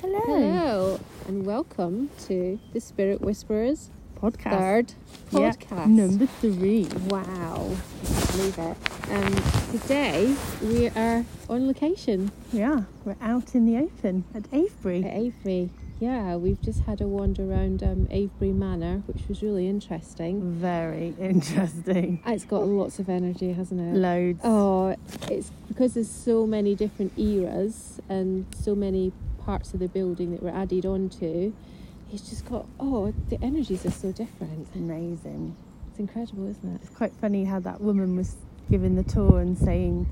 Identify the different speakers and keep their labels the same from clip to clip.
Speaker 1: Hello.
Speaker 2: Hello and welcome to the Spirit Whisperers
Speaker 1: Podcast.
Speaker 2: third
Speaker 1: Yeah,
Speaker 2: podcast.
Speaker 1: Number three.
Speaker 2: Wow, can't believe it. Um, today we are on location
Speaker 1: Yeah, we're out in the open at
Speaker 2: at
Speaker 1: Avebury.
Speaker 2: Avebury. Yeah, we've just had a wander around um, Avebury Manor, which was really interesting. Uh,
Speaker 1: Very interesting.
Speaker 2: It's got lots of energy, hasn't it?
Speaker 1: Loads.
Speaker 2: Oh, it's because there's so many different eras and so many parts of the building that were added onto. It's just got oh, the energies are so different.
Speaker 1: It's amazing.
Speaker 2: It's incredible, isn't it?
Speaker 1: It's quite funny how that woman was giving the tour and saying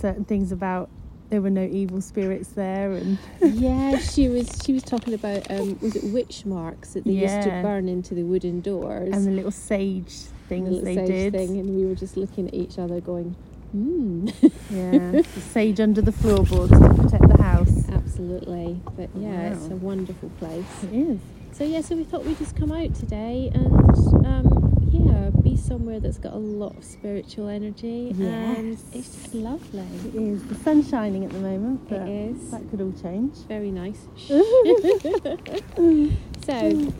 Speaker 1: certain things about there were no evil spirits there and
Speaker 2: yeah, she was she was talking about um, was it witch marks that they used to
Speaker 1: Yeah.
Speaker 2: burn into the wooden doors
Speaker 1: and the little sage
Speaker 2: and
Speaker 1: things
Speaker 2: the little
Speaker 1: they
Speaker 2: sage
Speaker 1: did.
Speaker 2: thing, and we were just looking at each other going, hmm.
Speaker 1: Yeah, the sage under the floorboards to protect the house.
Speaker 2: Absolutely, but yeah, it's a
Speaker 1: Wow.
Speaker 2: wonderful place.
Speaker 1: It is.
Speaker 2: So yeah, so we thought we'd just come out today and um, yeah, be somewhere that's got a lot of spiritual energy and
Speaker 1: Yes.
Speaker 2: it's just lovely.
Speaker 1: It is. The sun's shining at the moment, but
Speaker 2: It is
Speaker 1: that could all change.
Speaker 2: very nice. so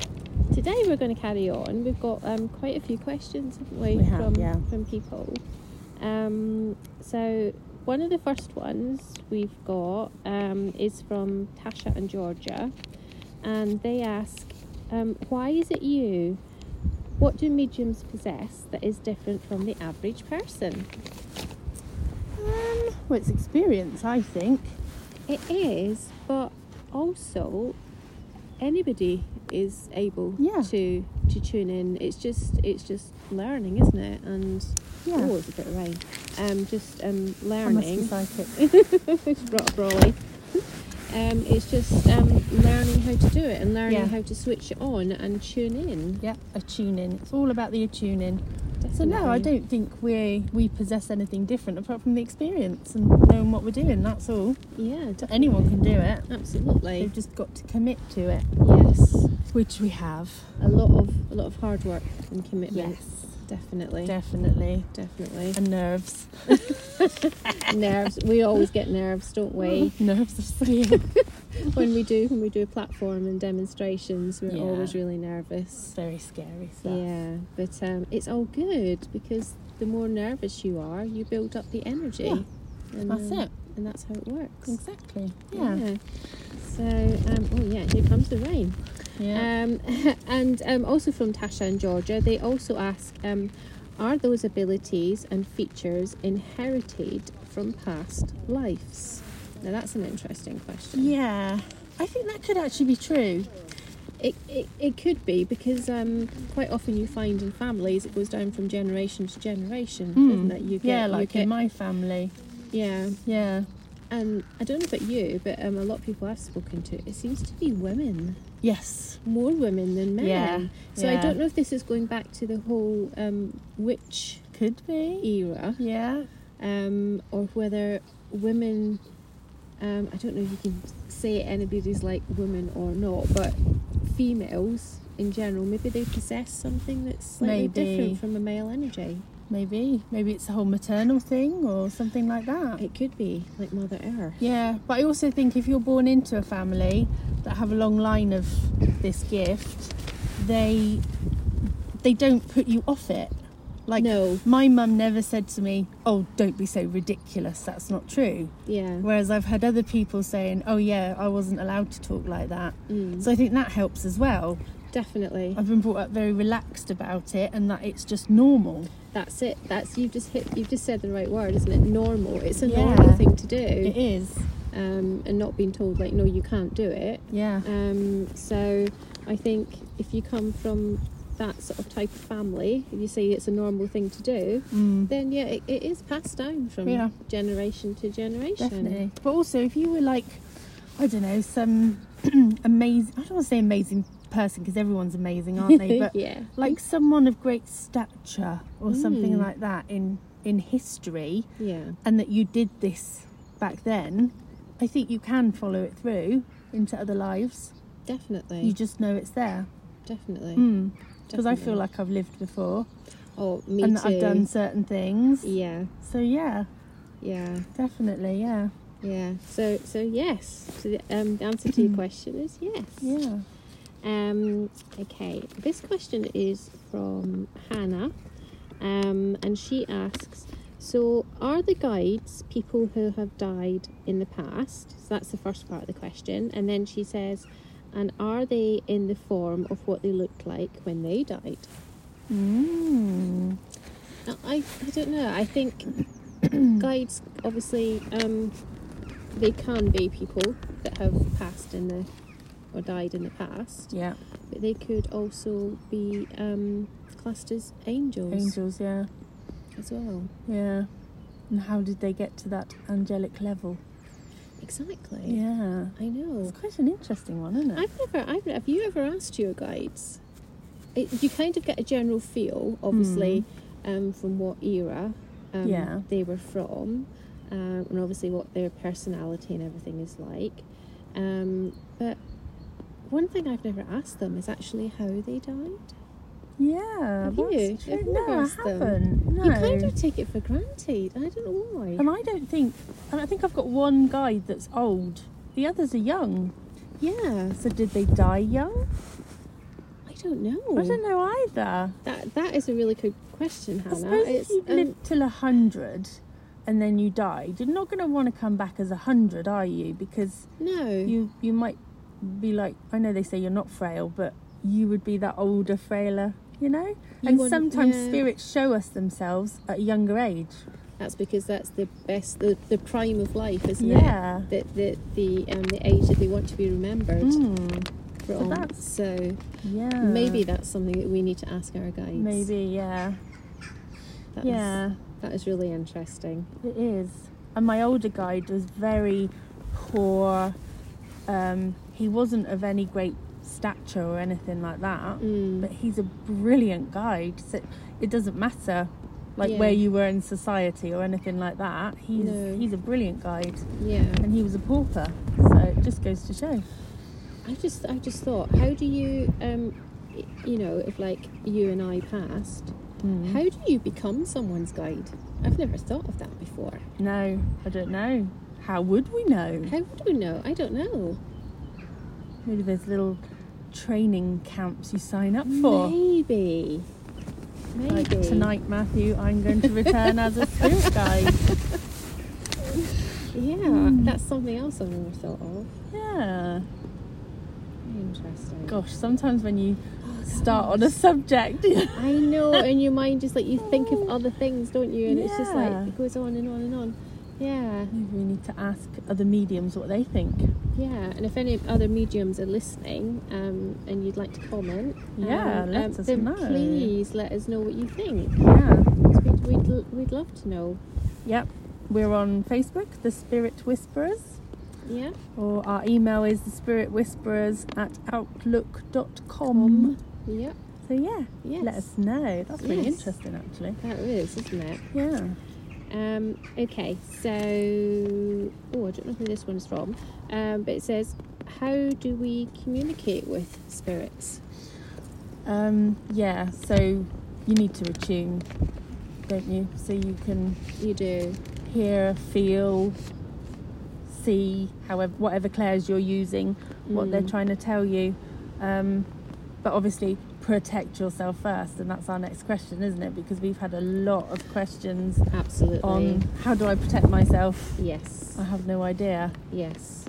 Speaker 2: today we're going to carry on. We've got um, quite a few questions, haven't we,
Speaker 1: We have,
Speaker 2: from
Speaker 1: yeah.
Speaker 2: from people. Um, so one of the first ones we've got um, is from Tasha and Georgia, and they ask, um, "Why is it you? What do mediums possess that is different from the average person?"
Speaker 1: Um, well, it's experience, I think.
Speaker 2: It is, but also anybody is able
Speaker 1: Yeah.
Speaker 2: to to tune in. It's just it's just learning, isn't it? And
Speaker 1: Yeah.
Speaker 2: oh, it's a bit of rain. Um, just um
Speaker 1: I must be
Speaker 2: learning.
Speaker 1: psychic.
Speaker 2: It's brought up Raleigh. Um, it's just um, learning how to do it and learning
Speaker 1: Yeah.
Speaker 2: how to switch it on and tune in.
Speaker 1: Yep, a tune in. It's all about the tune in. So no, I
Speaker 2: Definitely.
Speaker 1: don't think we we possess anything different apart from the experience and knowing what we're doing. That's all.
Speaker 2: Yeah,
Speaker 1: So
Speaker 2: definitely.
Speaker 1: anyone can do it.
Speaker 2: Absolutely.
Speaker 1: They've just got to commit to it,
Speaker 2: Yes,
Speaker 1: which we have.
Speaker 2: a lot of a lot of hard work and commitment. definitely,
Speaker 1: definitely.
Speaker 2: definitely.
Speaker 1: And nerves.
Speaker 2: nerves. We always get nerves, don't we?
Speaker 1: nerves of steel.
Speaker 2: When we do when we do a platform and demonstrations, we're
Speaker 1: Yeah.
Speaker 2: always really
Speaker 1: it's
Speaker 2: nervous.
Speaker 1: very scary stuff.
Speaker 2: Yeah, but um, it's all good because the more nervous you are, you build up the energy. and,
Speaker 1: That's
Speaker 2: um,
Speaker 1: it.
Speaker 2: And that's how it works.
Speaker 1: Exactly. Yeah.
Speaker 2: So, um, oh yeah, here comes the rain.
Speaker 1: Yeah.
Speaker 2: Um, and um, also from Tasha and Georgia, they also ask um, Are those abilities and features inherited from past lives? Now, that's an interesting question.
Speaker 1: yeah. I think that could actually be true.
Speaker 2: It, it, it could be because um, quite often you find in families it goes down from generation to generation,
Speaker 1: Hmm.
Speaker 2: isn't it? You get,
Speaker 1: yeah,
Speaker 2: you
Speaker 1: like
Speaker 2: get-
Speaker 1: in my family.
Speaker 2: yeah.
Speaker 1: Yeah.
Speaker 2: And I don't know about you, but um, a lot of people I've spoken to, it seems to be women.
Speaker 1: Yes.
Speaker 2: more women than men.
Speaker 1: Yeah,
Speaker 2: So I
Speaker 1: yeah.
Speaker 2: don't know if this is going back to the whole um, witch
Speaker 1: Could be.
Speaker 2: era,
Speaker 1: Yeah.
Speaker 2: um, or whether women. Um, I don't know if you can say anybody's like women or not, but females in general, maybe they possess something that's slightly
Speaker 1: Maybe.
Speaker 2: different from a male energy.
Speaker 1: Maybe. Maybe it's a whole maternal thing or something like that.
Speaker 2: It could be like Mother Earth.
Speaker 1: Yeah. But I also think if you're born into a family that have a long line of this gift, they they don't put you off it. Like
Speaker 2: no,
Speaker 1: my mum never said to me, "Oh, don't be so ridiculous. That's not true."
Speaker 2: yeah,
Speaker 1: Whereas I've had other people saying, "Oh yeah, I wasn't allowed to talk like that."
Speaker 2: mm,
Speaker 1: So I think that helps as well.
Speaker 2: definitely.
Speaker 1: I've been brought up very relaxed about it and that it's just normal.
Speaker 2: That's it. That's you've just hit. You've just said the right word, isn't it? Normal. It's a
Speaker 1: Yeah.
Speaker 2: normal thing to do.
Speaker 1: It is.
Speaker 2: um, and not being told like no you can't do it
Speaker 1: Yeah.
Speaker 2: um, so i think if you come from that sort of type of family if you say it's a normal thing to do
Speaker 1: Mm.
Speaker 2: then yeah it, it is passed down from
Speaker 1: Yeah.
Speaker 2: generation to generation
Speaker 1: Definitely. But also, if you were like, I don't know, some amazing, I don't want to say amazing person because everyone's amazing, aren't they? But
Speaker 2: yeah
Speaker 1: like someone of great stature or something
Speaker 2: Mm.
Speaker 1: like that in, in history,
Speaker 2: yeah
Speaker 1: and that you did this back then, I think you can follow it through into other lives.
Speaker 2: definitely
Speaker 1: You just know it's there.
Speaker 2: definitely
Speaker 1: Because I feel
Speaker 2: Definitely.
Speaker 1: like I've lived before
Speaker 2: oh me
Speaker 1: and
Speaker 2: too
Speaker 1: that I've done certain things.
Speaker 2: yeah
Speaker 1: So yeah,
Speaker 2: yeah
Speaker 1: definitely, yeah.
Speaker 2: Yeah. So so yes. So the, um, the answer to your question is yes.
Speaker 1: Yeah.
Speaker 2: Um, okay. This question is from Hannah, um, and she asks. So, are the guides people who have died in the past? So, that's the first part of the question. And then she says, and are they in the form of what they looked like when they died?
Speaker 1: Mm.
Speaker 2: Uh, I, I don't know. I think guides obviously um, they can be people that have passed in the or died in the past,
Speaker 1: Yeah.
Speaker 2: but they could also be um, classed as angels
Speaker 1: Angels. Yeah.
Speaker 2: as well.
Speaker 1: Yeah. And how did they get to that angelic level?
Speaker 2: Exactly.
Speaker 1: Yeah.
Speaker 2: I know.
Speaker 1: It's quite an interesting one, isn't it?
Speaker 2: I've never. I've have you ever asked your guides? It, you kind of get a general feel, obviously, um, from what era um,
Speaker 1: Hmm. Yeah.
Speaker 2: they were from, um, and obviously what their personality and everything is like. Um, but one thing I've never asked them is actually how they died.
Speaker 1: yeah.
Speaker 2: Have
Speaker 1: that's
Speaker 2: you?
Speaker 1: true.
Speaker 2: I've
Speaker 1: No,
Speaker 2: never
Speaker 1: I
Speaker 2: asked them.
Speaker 1: haven't. No.
Speaker 2: You kind of take it for granted. I don't know why.
Speaker 1: And I don't think. And I think I've got one guide that's old. The others are young.
Speaker 2: yeah,
Speaker 1: So did they die young?
Speaker 2: I don't know.
Speaker 1: I don't know either.
Speaker 2: That that is a really good question, Hannah.
Speaker 1: I suppose
Speaker 2: It's,
Speaker 1: if you
Speaker 2: um,
Speaker 1: lived till a hundred and then you died, you're not going to want to come back as a hundred, are you? Because
Speaker 2: no.
Speaker 1: you you might be like, I know they say you're not frail, but you would be that older, frailer, you know.
Speaker 2: You
Speaker 1: and
Speaker 2: wouldn't-
Speaker 1: sometimes
Speaker 2: yeah.
Speaker 1: spirits show us themselves at a younger age.
Speaker 2: That's because that's the best, the, the prime of life, isn't
Speaker 1: Yeah.
Speaker 2: it? The the the um, the age that they want to be remembered
Speaker 1: Mm,
Speaker 2: from.
Speaker 1: that's-
Speaker 2: so
Speaker 1: yeah.
Speaker 2: maybe that's something that we need to ask our guides.
Speaker 1: Maybe. Yeah.
Speaker 2: That is-
Speaker 1: yeah.
Speaker 2: that is really interesting.
Speaker 1: It is. And my older guide was very poor. Um, he wasn't of any great stature or anything like that.
Speaker 2: Mm.
Speaker 1: But he's a brilliant guide. So it doesn't matter like
Speaker 2: Yeah.
Speaker 1: where you were in society or anything like that. He's
Speaker 2: No.
Speaker 1: he's a brilliant guide.
Speaker 2: Yeah,
Speaker 1: And he was a pauper. So it just goes to show.
Speaker 2: I just I just thought, how do you um, y- you know, if like you and I passed,
Speaker 1: Hmm. Mm.
Speaker 2: how do you become someone's guide? I've never thought of that before.
Speaker 1: No, I don't know. How would we know?
Speaker 2: How would we know? I don't know.
Speaker 1: Maybe there's little training camps you sign up for.
Speaker 2: Maybe. Maybe
Speaker 1: Like tonight, Matthew, I'm going to return as a spirit guide. Hmm.
Speaker 2: Yeah, that's something else I've never thought of.
Speaker 1: Yeah.
Speaker 2: Interesting.
Speaker 1: Gosh, sometimes when you
Speaker 2: Oh,
Speaker 1: start on a subject,
Speaker 2: I know, and your mind just like you think of other things, don't you? And it's just like
Speaker 1: Yeah.
Speaker 2: it goes on and on and on. Yeah,
Speaker 1: maybe we need to ask other mediums what they think.
Speaker 2: yeah. And if any other mediums are listening, um, and you'd like to comment,
Speaker 1: Yeah,
Speaker 2: um,
Speaker 1: let
Speaker 2: um,
Speaker 1: us
Speaker 2: then
Speaker 1: know.
Speaker 2: please let us know what you think.
Speaker 1: Yeah.
Speaker 2: 'cause We'd, we'd, l- we'd love to know.
Speaker 1: Yep. We're on Facebook, The Spirit Whisperers,
Speaker 2: Yeah.
Speaker 1: or our email is thespiritwhisperers at outlook.com.
Speaker 2: Um, Yep.
Speaker 1: So, yeah,
Speaker 2: Yes.
Speaker 1: let us know. That's really
Speaker 2: Yes.
Speaker 1: interesting, actually.
Speaker 2: That is, isn't it?
Speaker 1: Yeah.
Speaker 2: Um, okay, so oh, I don't know who this one's from, um, but it says, "How do we communicate with spirits?"
Speaker 1: Um, yeah, so you need to attune, don't you? So you can
Speaker 2: You do,
Speaker 1: hear, feel, see, however, whatever clairs you're using, what they're
Speaker 2: Mm.
Speaker 1: trying to tell you. Um, but obviously, protect yourself first, and that's our next question, isn't it? Because we've had a lot of questions
Speaker 2: absolutely.
Speaker 1: on Uh-huh. how do I protect myself?
Speaker 2: yes,
Speaker 1: I have no idea.
Speaker 2: yes.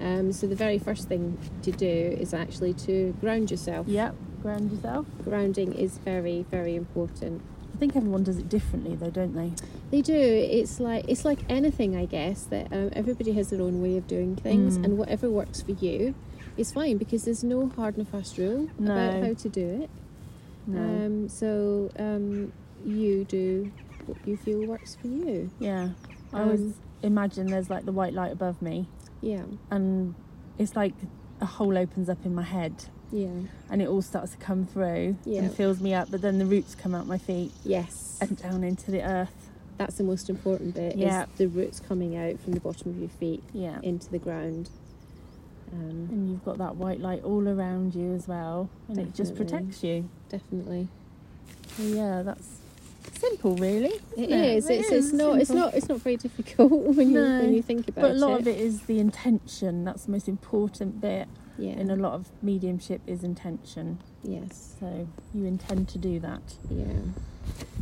Speaker 2: Um, so the very first thing to do is actually to ground yourself.
Speaker 1: Yep, ground yourself.
Speaker 2: Grounding is very, very important.
Speaker 1: I think everyone does it differently, though, don't they?
Speaker 2: They do. It's like it's like anything, I guess. That um, everybody has their own way of doing things,
Speaker 1: Mm.
Speaker 2: and whatever works for you is fine because there's no hard and fast rule about
Speaker 1: No.
Speaker 2: how to do it.
Speaker 1: No.
Speaker 2: Um, so um, you do what you feel works for you.
Speaker 1: yeah. I always
Speaker 2: um,
Speaker 1: imagine there's like the white light above me,
Speaker 2: Yeah,
Speaker 1: and it's like a hole opens up in my head.
Speaker 2: yeah,
Speaker 1: and it all starts to come through
Speaker 2: Yeah.
Speaker 1: and fills me up. But then the roots come out my feet
Speaker 2: yes.
Speaker 1: and down into the earth.
Speaker 2: That's the most important bit.
Speaker 1: Yeah.
Speaker 2: is the roots coming out from the bottom of your feet
Speaker 1: Yeah.
Speaker 2: into the ground. Um,
Speaker 1: And you've got that white light all around you as well, and it just
Speaker 2: Definitely.
Speaker 1: protects you.
Speaker 2: definitely.
Speaker 1: So yeah, that's simple, really.
Speaker 2: It
Speaker 1: isn't
Speaker 2: is. It's, it's not. It's
Speaker 1: simple.
Speaker 2: not. It's not very difficult when you
Speaker 1: No,
Speaker 2: when you think about
Speaker 1: But a lot
Speaker 2: it.
Speaker 1: of it is the intention. That's the most important bit
Speaker 2: Yeah.
Speaker 1: in a lot of mediumship is intention.
Speaker 2: yes.
Speaker 1: So you intend to do that.
Speaker 2: Yeah.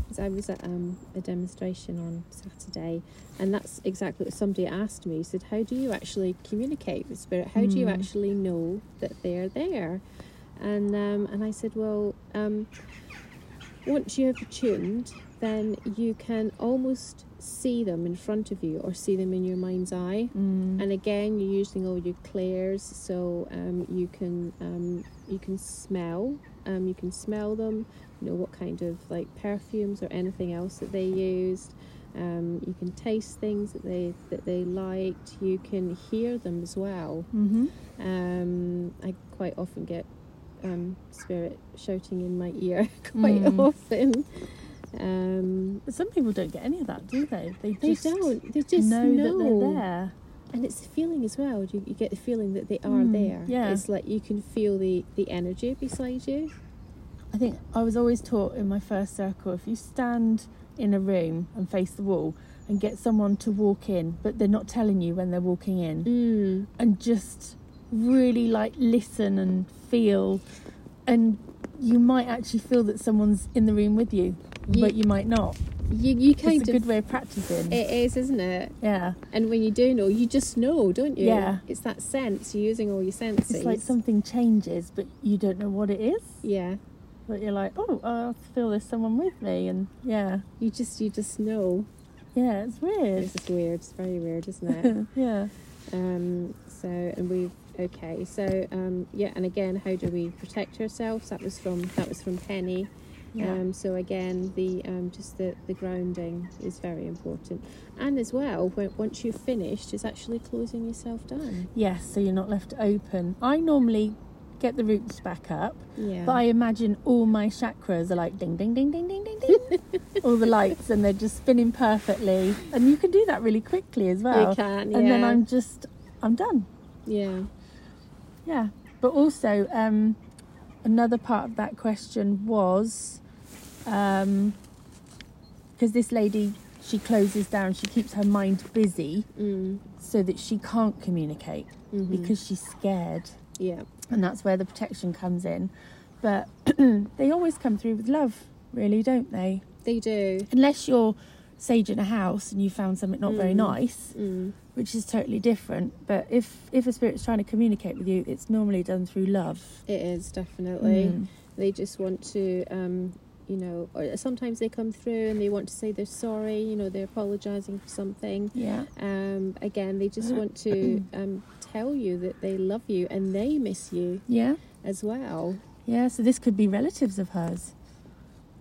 Speaker 2: 'Cause I was at um, a demonstration on Saturday, and that's exactly what somebody asked me. He said, "How do you actually communicate with spirit? How do you
Speaker 1: Mm.
Speaker 2: actually know that they're there?" And um, and I said, "Well, um, once you have tuned, then you can almost see them in front of you, or see them in your mind's eye."
Speaker 1: Mm.
Speaker 2: And again, you're using all your clairs, so um, you can um, you can smell, um, you can smell them. You know what kind of like perfumes or anything else that they used. Um, you can taste things that they that they liked. You can hear them as well.
Speaker 1: hmm
Speaker 2: Um, I quite often get um, spirit shouting in my ear quite
Speaker 1: Mm.
Speaker 2: often. Um,
Speaker 1: But some people don't get any of that, do they? They
Speaker 2: they
Speaker 1: just
Speaker 2: don't. They just
Speaker 1: know,
Speaker 2: know,
Speaker 1: that they're there.
Speaker 2: and it's the feeling as well you, you get the feeling that they are
Speaker 1: Mm,
Speaker 2: there
Speaker 1: yeah.
Speaker 2: it's like you can feel the the energy beside you
Speaker 1: I think I was always taught in my first circle if you stand in a room and face the wall and get someone to walk in, but they're not telling you when they're walking in,
Speaker 2: mm.
Speaker 1: and just really like listen and feel, and you might actually feel that someone's in the room with you,
Speaker 2: Ye-
Speaker 1: but you might not.
Speaker 2: you you kind
Speaker 1: it's a
Speaker 2: of
Speaker 1: good way of practicing.
Speaker 2: it is isn't it
Speaker 1: yeah,
Speaker 2: and when you do know you just know don't you
Speaker 1: Yeah.
Speaker 2: it's that sense you're using all your
Speaker 1: it's
Speaker 2: senses
Speaker 1: like something changes, but you don't know what it is.
Speaker 2: yeah
Speaker 1: But you're like, oh, I feel there's someone with me, and yeah,
Speaker 2: you just you just know
Speaker 1: yeah, it's weird.
Speaker 2: this is weird it's very weird isn't it
Speaker 1: yeah.
Speaker 2: um so and we okay so um yeah and again how do we protect ourselves that was from that was from penny Um, so again, the um, just the, the grounding is very important, and as well, when, once you've finished, it's actually closing yourself down.
Speaker 1: Yes, so you're not left open. I normally get the roots back up,
Speaker 2: Yeah.
Speaker 1: but I imagine all my chakras are like ding, ding, ding, ding, ding, ding, ding. all the lights, and they're just spinning perfectly. And you can do that really quickly as well.
Speaker 2: you can. Yeah.
Speaker 1: And then I'm just, I'm done.
Speaker 2: Yeah.
Speaker 1: Yeah. But also, um, another part of that question was because this lady, she closes down, she keeps her mind busy
Speaker 2: Mm.
Speaker 1: so that she can't communicate
Speaker 2: Mhm.
Speaker 1: because she's scared.
Speaker 2: Yeah.
Speaker 1: and that's where the protection comes in. But they always come through with love, really, don't they?
Speaker 2: They do.
Speaker 1: Unless you're sage in a house and you found something not very
Speaker 2: Mm.
Speaker 1: nice,
Speaker 2: Mm.
Speaker 1: which is totally different. But if if a spirit's trying to communicate with you, it's normally done through love.
Speaker 2: It is definitely.
Speaker 1: Mm.
Speaker 2: They just want to, um, you know, or sometimes they come through and they want to say they're sorry. You know, they're apologising for something.
Speaker 1: Yeah.
Speaker 2: Um, again, they just want to um, tell you that they love you and they miss you
Speaker 1: Yeah.
Speaker 2: as well.
Speaker 1: Yeah. So this could be relatives of hers,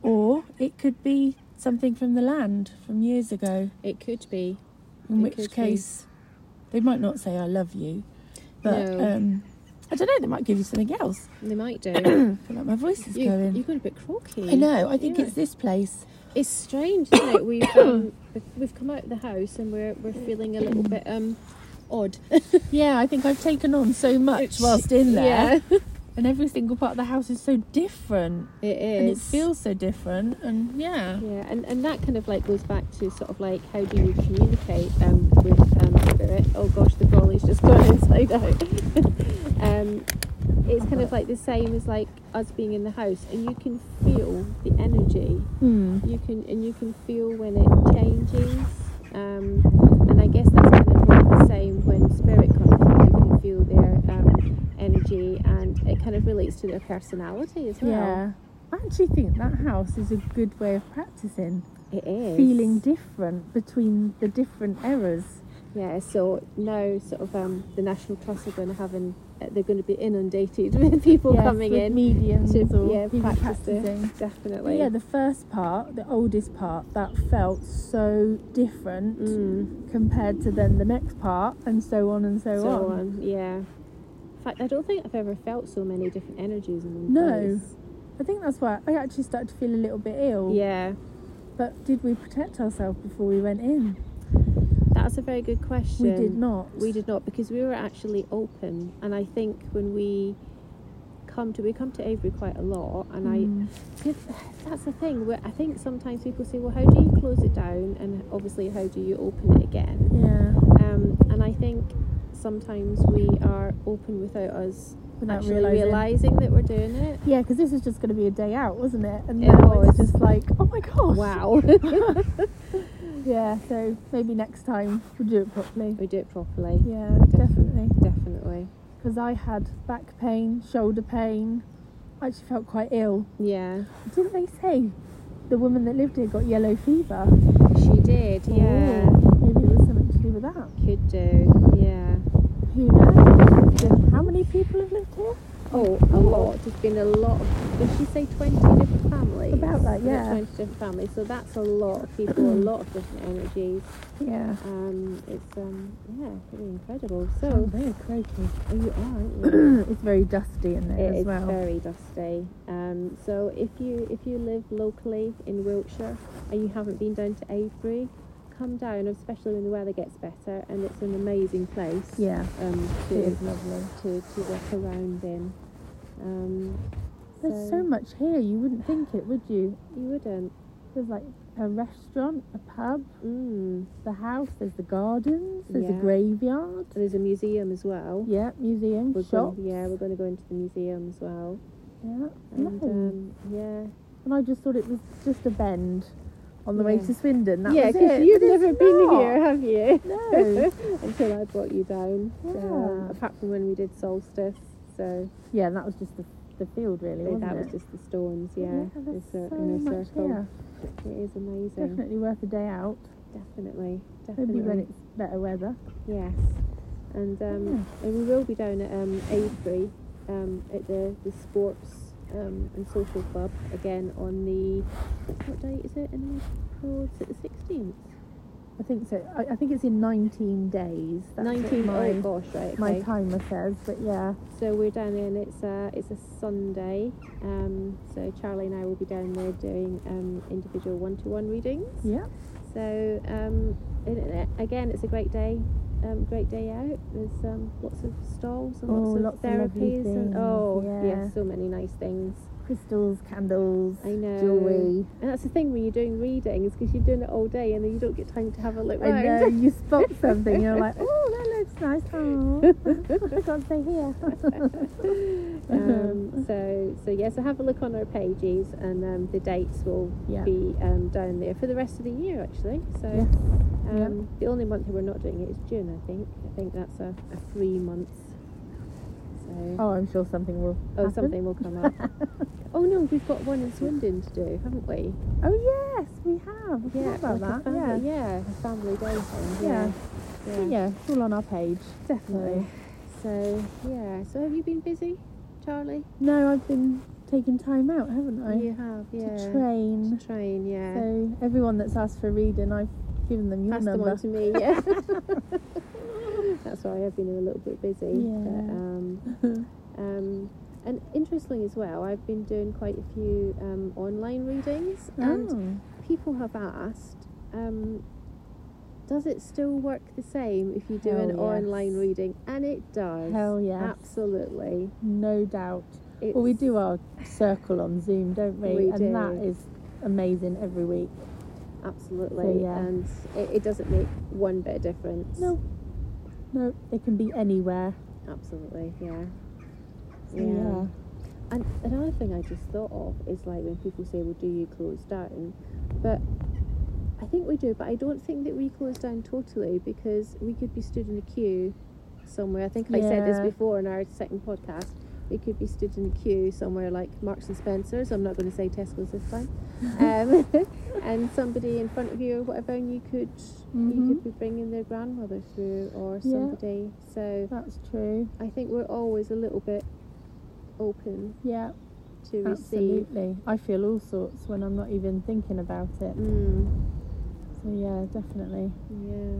Speaker 1: or it could be something from the land from years ago.
Speaker 2: It could be.
Speaker 1: In
Speaker 2: It
Speaker 1: which
Speaker 2: could be.
Speaker 1: case, they might not say "I love you," but
Speaker 2: No.
Speaker 1: um, I don't know. They might give you something else.
Speaker 2: They might do.
Speaker 1: I feel like my voice is
Speaker 2: you,
Speaker 1: going.
Speaker 2: you got a bit croaky.
Speaker 1: I know. I think
Speaker 2: Yeah.
Speaker 1: it's this place.
Speaker 2: It's strange, isn't it? We've um, we've- we've come out of the house and we're we're feeling a little bit um odd.
Speaker 1: Yeah, I think I've taken on so much
Speaker 2: It's-
Speaker 1: whilst in there,
Speaker 2: Yeah,
Speaker 1: and every single part of the house is so different,
Speaker 2: it is.
Speaker 1: and it feels so different, and yeah,
Speaker 2: Yeah, and, and that kind of like goes back to sort of like how do you communicate um, with um, spirit? Oh gosh, the brolly's just gone inside out. um, it's kind of like the same as like us being in the house, and you can feel the energy
Speaker 1: Hmm.
Speaker 2: you can and you can feel when it changes um, and I guess that's kind of like the same when spirit comes through you can feel their um, energy and it kind of relates to their personality as well
Speaker 1: yeah. I actually think that house is a good way of practicing
Speaker 2: it is
Speaker 1: feeling different between the different eras.
Speaker 2: yeah so now sort of um, the National Trust are going to have an uh, they're going to be inundated with people
Speaker 1: Yes,
Speaker 2: coming
Speaker 1: with
Speaker 2: in
Speaker 1: mediums
Speaker 2: to
Speaker 1: or
Speaker 2: yeah,
Speaker 1: people
Speaker 2: practice the-
Speaker 1: practicing.
Speaker 2: definitely
Speaker 1: Yeah, the first part, the oldest part, that felt so different
Speaker 2: Mm,
Speaker 1: compared to then the next part, and so on and so,
Speaker 2: so, on. yeah in fact I don't think I've ever felt so many different energies in one
Speaker 1: No.
Speaker 2: place
Speaker 1: I think that's why I actually started to feel a little bit ill.
Speaker 2: yeah
Speaker 1: But did we protect ourselves before we went in?
Speaker 2: That's a very good question.
Speaker 1: We did not.
Speaker 2: We did not because we were actually open, and I think when we come to. We come to Avery quite a lot, and
Speaker 1: Mm.
Speaker 2: I. Cause that's the thing. Where I think sometimes people say, "Well, how do you close it down?" And obviously, how do you open it again?
Speaker 1: Yeah.
Speaker 2: Um, and I think sometimes we are open without us
Speaker 1: Without
Speaker 2: actually
Speaker 1: realizing.
Speaker 2: realizing that we're doing it.
Speaker 1: Yeah, because this is just going to be a day out, wasn't it? And
Speaker 2: It
Speaker 1: now it's
Speaker 2: was.
Speaker 1: just like, oh my gosh.
Speaker 2: Wow.
Speaker 1: Yeah. So maybe next time we'll do it properly.
Speaker 2: we do it properly.
Speaker 1: Yeah, definitely.
Speaker 2: Definitely.
Speaker 1: Because I had back pain, shoulder pain. I actually felt quite ill.
Speaker 2: Yeah.
Speaker 1: Didn't they say the woman that lived here got yellow fever?
Speaker 2: She did. Yeah.
Speaker 1: Ooh, maybe it was something to do with that.
Speaker 2: Could do. Yeah.
Speaker 1: Who knows? How many people have lived here?
Speaker 2: Oh, a lot. There's been a lot. Of, did she say 20 different families?
Speaker 1: About that, yeah.
Speaker 2: 20 different families. So that's a lot of people, a lot of different energies.
Speaker 1: Yeah.
Speaker 2: Um, it's um, yeah, pretty incredible.
Speaker 1: Oh,
Speaker 2: So
Speaker 1: very croaky.
Speaker 2: oh, you are, aren't you?
Speaker 1: it's very dusty in there
Speaker 2: It
Speaker 1: as
Speaker 2: is
Speaker 1: well.
Speaker 2: very dusty. Um, so if you if you live locally in Wiltshire and you haven't been down to Avebury, come down, especially when the weather gets better. And it's an amazing place.
Speaker 1: yeah,
Speaker 2: Um,
Speaker 1: it
Speaker 2: to
Speaker 1: is lovely.
Speaker 2: to, to walk around in. Um,
Speaker 1: There's so much here. You wouldn't think it, would you?
Speaker 2: You wouldn't.
Speaker 1: There's like a restaurant, a pub,
Speaker 2: Mm.
Speaker 1: the house. There's the gardens. There's a
Speaker 2: Yeah.
Speaker 1: graveyard.
Speaker 2: There's a museum as well.
Speaker 1: Yeah, museum,
Speaker 2: We're
Speaker 1: shop.
Speaker 2: going, yeah, we're going to go into the museum as well.
Speaker 1: Yeah,
Speaker 2: And
Speaker 1: no.
Speaker 2: um, yeah,
Speaker 1: and I just thought it was just a bend on the way
Speaker 2: Yeah.
Speaker 1: to Swindon. That
Speaker 2: yeah,
Speaker 1: was it.
Speaker 2: you've
Speaker 1: but it's
Speaker 2: never been
Speaker 1: not.
Speaker 2: here, have you?
Speaker 1: No.
Speaker 2: Until I brought you down. um,
Speaker 1: Yeah.
Speaker 2: apart from when we did solstice, so
Speaker 1: Yeah, and that was just the, the field, really. Wasn't
Speaker 2: that was
Speaker 1: it?
Speaker 2: just the stones. Yeah, the
Speaker 1: there's
Speaker 2: cir-
Speaker 1: so
Speaker 2: inner
Speaker 1: much
Speaker 2: circle.
Speaker 1: here.
Speaker 2: It is amazing.
Speaker 1: Definitely worth a day out.
Speaker 2: Definitely, definitely.
Speaker 1: Maybe when it's better weather.
Speaker 2: Yes, and um,
Speaker 1: Hmm.
Speaker 2: and we will be down at um, Avebury um, at the the sports um, and social club again on the what date is it in April? Is it the sixteenth?
Speaker 1: I think so. I, I think it's in 19 days. That's what
Speaker 2: Nineteenth.
Speaker 1: My,
Speaker 2: Oh gosh, right.
Speaker 1: my
Speaker 2: Okay.
Speaker 1: timer says, but yeah,
Speaker 2: So we're down there, and it's a it's a Sunday. Um, so Charlie and I will be down there doing um, individual one to one readings.
Speaker 1: yeah,
Speaker 2: So um, and, and again, it's a great day, um, great day out. There's um, lots of stalls and
Speaker 1: Oh,
Speaker 2: lots of
Speaker 1: lots of lovely
Speaker 2: therapies
Speaker 1: things,
Speaker 2: and oh yeah.
Speaker 1: yeah.
Speaker 2: so many nice things.
Speaker 1: crystals, candles,
Speaker 2: I know.
Speaker 1: jewelry.
Speaker 2: And that's the thing when you're doing readings because you're doing it all day and then you don't get time to have a look
Speaker 1: I
Speaker 2: round.
Speaker 1: know you spot something, you're like, oh, that looks nice. Oh, I can't stay here.
Speaker 2: um, so so yeah, so have a look on our pages and um, the dates will
Speaker 1: Yeah.
Speaker 2: be um, down there for the rest of the year actually. So
Speaker 1: Yes. Yeah.
Speaker 2: um, the only month that we're not doing it is June, I think. I think that's a, a free month. So
Speaker 1: Oh, I'm sure something will.
Speaker 2: oh,
Speaker 1: happen.
Speaker 2: something will come up. oh no, we've got one in Swindon to do, haven't we?
Speaker 1: Oh yes, we have. I forgot about
Speaker 2: like a
Speaker 1: that. Yeah.
Speaker 2: family- yeah, a family day thing.
Speaker 1: Yeah.
Speaker 2: yeah.
Speaker 1: yeah, it's all on our page.
Speaker 2: Definitely. So yeah. So have you been busy, Charlie?
Speaker 1: No, I've been taking time out, haven't I?
Speaker 2: You have. Yeah.
Speaker 1: To train.
Speaker 2: To train. Yeah.
Speaker 1: So everyone that's asked for reading, I've given them your
Speaker 2: Pass the
Speaker 1: number.
Speaker 2: one to me. Yeah. That's why I've been a little bit busy. But,
Speaker 1: Yeah.
Speaker 2: um, um, and interestingly as well, I've been doing quite a few um, online readings,
Speaker 1: Oh.
Speaker 2: and people have asked. Um, does it still work the same if you do
Speaker 1: Hell
Speaker 2: an
Speaker 1: yes.
Speaker 2: online reading? And it
Speaker 1: Oh,
Speaker 2: does.
Speaker 1: hell yeah,
Speaker 2: Absolutely.
Speaker 1: no doubt.
Speaker 2: It's,
Speaker 1: Well, we do our circle on Zoom, don't we?
Speaker 2: We
Speaker 1: and that
Speaker 2: do.
Speaker 1: is amazing every week.
Speaker 2: Absolutely.
Speaker 1: yeah.
Speaker 2: And it, it doesn't make one bit of difference.
Speaker 1: No. No, it can be anywhere.
Speaker 2: Absolutely, yeah.
Speaker 1: So, yeah.
Speaker 2: And another thing I just thought of is like when people say, well, do you close down? But I think we do, but I don't think that we close down totally because we could be stood in a queue somewhere. I think I said this
Speaker 1: Yeah.
Speaker 2: before in our second podcast. We could be stood in a queue somewhere like Marks and Spencer's. I'm not going to say Tesco's this time. Um, and somebody in front of you or whatever, and you could you
Speaker 1: Mhm.
Speaker 2: could be bringing their grandmother through or
Speaker 1: Yeah.
Speaker 2: somebody. So
Speaker 1: That's true.
Speaker 2: I think we're always a little bit open
Speaker 1: Yeah,
Speaker 2: to receive.
Speaker 1: absolutely. I feel all sorts when I'm not even thinking about it.
Speaker 2: Mm,
Speaker 1: So yeah, definitely.
Speaker 2: yeah.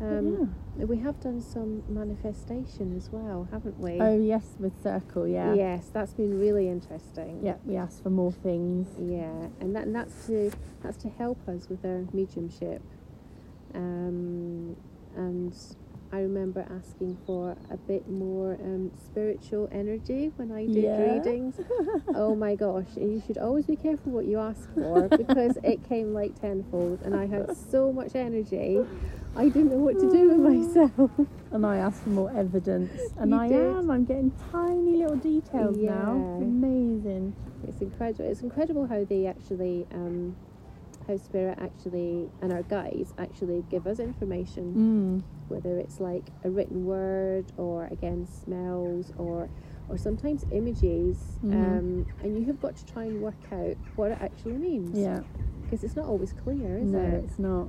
Speaker 1: But
Speaker 2: Um,
Speaker 1: yeah.
Speaker 2: We have done some manifestation as well, haven't we?
Speaker 1: Oh yes, with circle, yeah. yeah,
Speaker 2: Yes, that's been really interesting.
Speaker 1: We asked for more things.
Speaker 2: Yeah, and that and that's to that's to help us with our mediumship, um, and I remember asking for a bit more um, spiritual energy when I did
Speaker 1: Yeah.
Speaker 2: readings. oh my gosh, and you should always be careful what you ask for because it came like tenfold, and I had so much energy, I didn't know what to do with myself.
Speaker 1: And I asked for more evidence. And
Speaker 2: You
Speaker 1: I
Speaker 2: did.
Speaker 1: am. I'm getting tiny little details now.
Speaker 2: Yeah.
Speaker 1: Amazing.
Speaker 2: It's incredible. It's incredible how they actually, um, how spirit actually, and our guides actually give us information.
Speaker 1: Mm.
Speaker 2: whether it's like a written word or again smells or or sometimes images
Speaker 1: Mhm.
Speaker 2: um, and you have got to try and work out what it actually means
Speaker 1: Yeah.
Speaker 2: because it's not always clear is
Speaker 1: no,
Speaker 2: it
Speaker 1: it's not.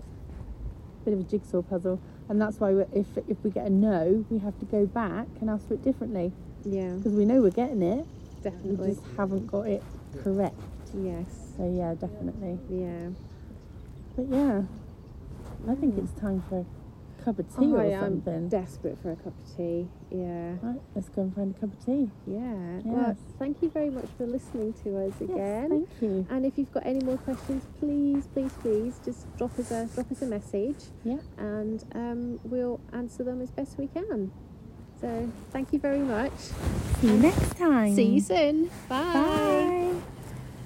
Speaker 1: Bit of a jigsaw puzzle. And that's why we if, if we get a no, we have to go back and ask for it differently.
Speaker 2: yeah
Speaker 1: Because we know we're getting it, we
Speaker 2: definitely
Speaker 1: just haven't got it correct.
Speaker 2: yes
Speaker 1: So, yeah, definitely.
Speaker 2: yeah
Speaker 1: But yeah, I think it's time for a cup of tea
Speaker 2: Oh,
Speaker 1: or
Speaker 2: I am
Speaker 1: something.
Speaker 2: desperate for a cup of tea yeah
Speaker 1: right, let's go and find a cup of tea.
Speaker 2: yeah well
Speaker 1: Yes.
Speaker 2: thank you very much for listening to us
Speaker 1: Yes,
Speaker 2: again
Speaker 1: thank you.
Speaker 2: and if you've got any more questions please please please just drop us a drop us a message
Speaker 1: Yeah.
Speaker 2: and um, we'll answer them as best we can. So, thank you very much.
Speaker 1: See you next time.
Speaker 2: See you soon. Bye.